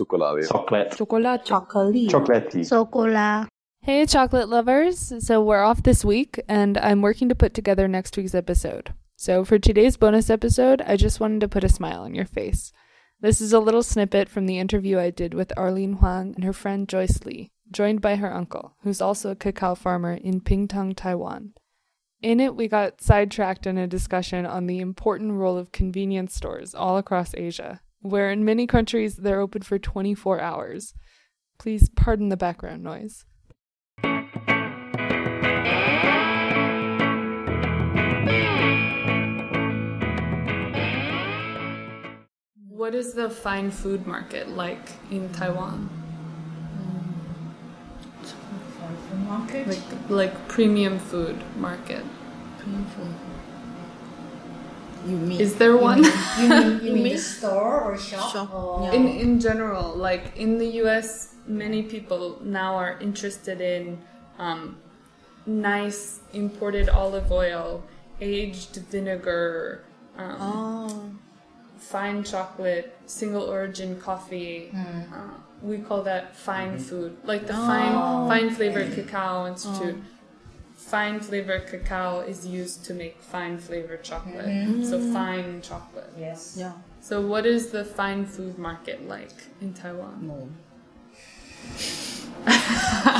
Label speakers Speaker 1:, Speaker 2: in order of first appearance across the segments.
Speaker 1: Chocolate.
Speaker 2: Chocolate.
Speaker 3: Chocolate.
Speaker 4: Chocolate.
Speaker 2: Chocolatey.
Speaker 5: Socola.
Speaker 3: Hey, chocolate lovers! So, we're off this week, and I'm working to put together next week's episode. So, for today's bonus episode, I just wanted to put a smile on your face. This is a little snippet from the interview I did with Arlene Huang and her friend Joyce Lee, joined by her uncle, who's also a cacao farmer in Pingtung, Taiwan. In it, we got sidetracked in a discussion on the important role of convenience stores all across Asia, where in many countries they're open for 24 hours. Please pardon the background noise. What is the fine food market like in Taiwan?
Speaker 4: Market.
Speaker 3: Like like premium food market.
Speaker 4: Painful. You mean
Speaker 3: Is there one?
Speaker 6: You mean, you
Speaker 4: You
Speaker 6: mean,
Speaker 4: mean-
Speaker 6: the store or shop?
Speaker 4: Shop,
Speaker 6: Or
Speaker 4: yeah.
Speaker 3: in in general, like in the U.S., many people now are interested in um, nice imported olive oil, aged vinegar, um,
Speaker 4: Oh.
Speaker 3: fine chocolate, single origin coffee. Uh, we call that fine food, like the fine fine flavored cacao institute. Fine flavored cacao is used to make fine flavored chocolate, so fine chocolate.
Speaker 6: Yes.
Speaker 4: Yeah.
Speaker 3: So, what is the fine food market like in Taiwan?
Speaker 4: No.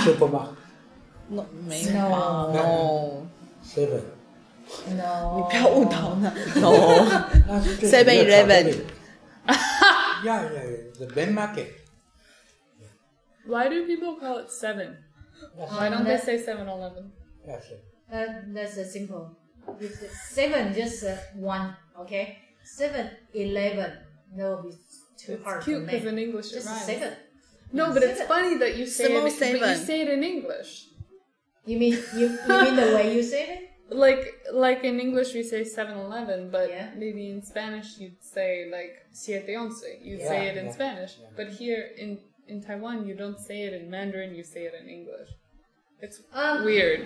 Speaker 7: Supermarket.
Speaker 4: No. 没有。
Speaker 6: No.
Speaker 4: No.
Speaker 7: Seven.
Speaker 6: No.
Speaker 4: 不要误导呢。No.
Speaker 7: 那是最
Speaker 4: 7-Eleven
Speaker 7: 便宜的巧克力。Yeah, yeah, yeah. The main market.
Speaker 3: Why do people call it seven? Why don't they say 7 Eleven?
Speaker 7: That's it.
Speaker 6: Uh, that's uh, simple. If it's seven, just uh, one. Okay. Seven, eleven. That would be too hard.
Speaker 3: It's
Speaker 6: to
Speaker 3: cute because
Speaker 6: make.
Speaker 3: in English it
Speaker 6: just
Speaker 3: rhymes.
Speaker 6: seven.
Speaker 3: No, but it's
Speaker 6: Seven.
Speaker 3: funny that you say, it,
Speaker 4: Small
Speaker 3: but you
Speaker 4: seven.
Speaker 3: say it in English.
Speaker 6: You mean you, you mean the way you said it?
Speaker 3: Like like in English we say 7-Eleven, but
Speaker 6: Yeah.
Speaker 3: maybe in Spanish you'd say like siete once. You'd
Speaker 7: Yeah,
Speaker 3: say it in
Speaker 7: yeah,
Speaker 3: Spanish,
Speaker 7: yeah.
Speaker 3: but here in in Taiwan you don't say it in Mandarin. You say it in English. It's
Speaker 6: Um,
Speaker 3: weird.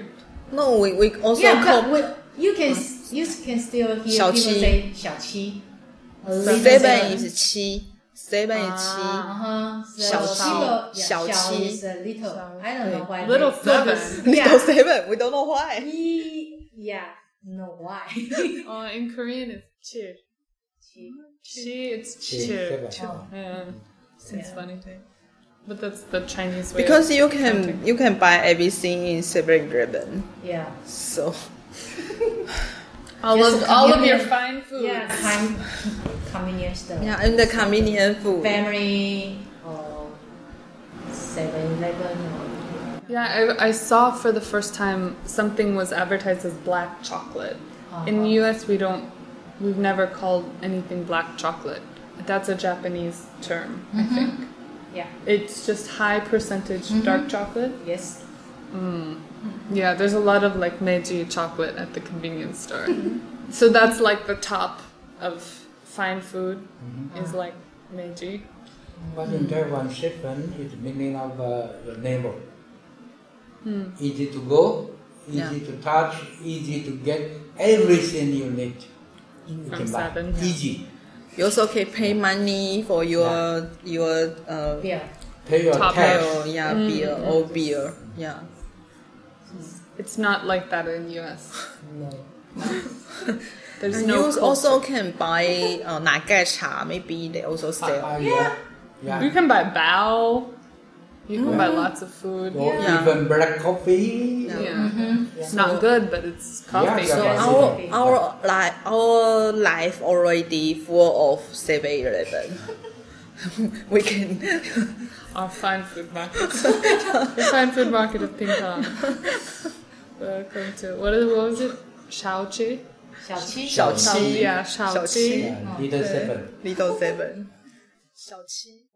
Speaker 4: No, we, we also
Speaker 6: yeah,
Speaker 4: call
Speaker 6: but we, you can s- you can still
Speaker 4: 小
Speaker 6: hear people
Speaker 4: 七。
Speaker 6: say 小七.
Speaker 4: seven is 七, seven is 七.
Speaker 6: Uh huh. So
Speaker 4: 小七。
Speaker 6: people- yeah,
Speaker 4: 小七。
Speaker 6: 小 is a little. I don't know why.
Speaker 3: Little
Speaker 6: they-
Speaker 3: seven.
Speaker 4: Little
Speaker 6: Yeah.
Speaker 4: seven, we don't know why.
Speaker 6: He- yeah. No why.
Speaker 3: Oh, in Korean it's cheer. Chi, it's cheer.
Speaker 7: Seven.
Speaker 3: Yeah, it's
Speaker 6: Yeah.
Speaker 3: funny too. But that's the Chinese way.
Speaker 4: Because
Speaker 3: of
Speaker 4: you can
Speaker 3: counting.
Speaker 4: you can buy everything in seven eleven.
Speaker 6: yeah.
Speaker 4: So
Speaker 3: all
Speaker 6: Yes,
Speaker 3: of all of
Speaker 6: convenient.
Speaker 3: your fine food.
Speaker 6: Yeah. Time convenience store.
Speaker 4: yeah, and the convenient food.
Speaker 6: Family or Seven Eleven or
Speaker 3: Yeah, I, I saw for the first time something was advertised as black chocolate. In the
Speaker 4: Uh-huh.
Speaker 3: U.S., we don't, we've never called anything black chocolate. That's a Japanese term, I
Speaker 4: Mm-hmm.
Speaker 3: think.
Speaker 6: yeah.
Speaker 3: It's just high percentage dark chocolate.
Speaker 6: Yes.
Speaker 3: Yeah, there's a lot of like Meiji chocolate at the convenience store.
Speaker 4: Mm-hmm.
Speaker 3: so that's like the top of fine food
Speaker 4: Mm-hmm.
Speaker 3: is like Meiji.
Speaker 7: But in Taiwan, seven is meaning of uh, the neighbor. Easy to go, easy
Speaker 4: Hmm. Yeah.
Speaker 7: to touch, easy to get everything you need. You
Speaker 3: From
Speaker 7: can buy.
Speaker 3: seven.
Speaker 7: Easy.
Speaker 4: You also can pay money for your your uh
Speaker 6: Yeah.
Speaker 7: Pay your
Speaker 3: Top
Speaker 7: tax.
Speaker 4: bill, yeah, beer or beer. Yeah.
Speaker 3: It's not like that in US. There's
Speaker 4: And
Speaker 3: no.
Speaker 4: you
Speaker 3: culture.
Speaker 4: also can buy uh 奶盖茶, maybe they also sell.
Speaker 7: Ah, yeah. Yeah.
Speaker 3: You can buy bao. You can buy lots of food.
Speaker 7: Or
Speaker 4: Yeah.
Speaker 7: even black coffee.
Speaker 3: Yeah. It's not good, but it's coffee.
Speaker 7: yeah,
Speaker 4: So
Speaker 7: yeah.
Speaker 4: our
Speaker 7: Okay.
Speaker 4: our life our life already full of seven eleven. we can
Speaker 3: Our fine food market. the fine food market of Ping Pong. Welcome to. What, is, what was it? Shaoqi?
Speaker 6: 小七。
Speaker 4: 小七
Speaker 3: Yeah, 小七。
Speaker 7: Yeah, Little seven.
Speaker 4: little seven. 小七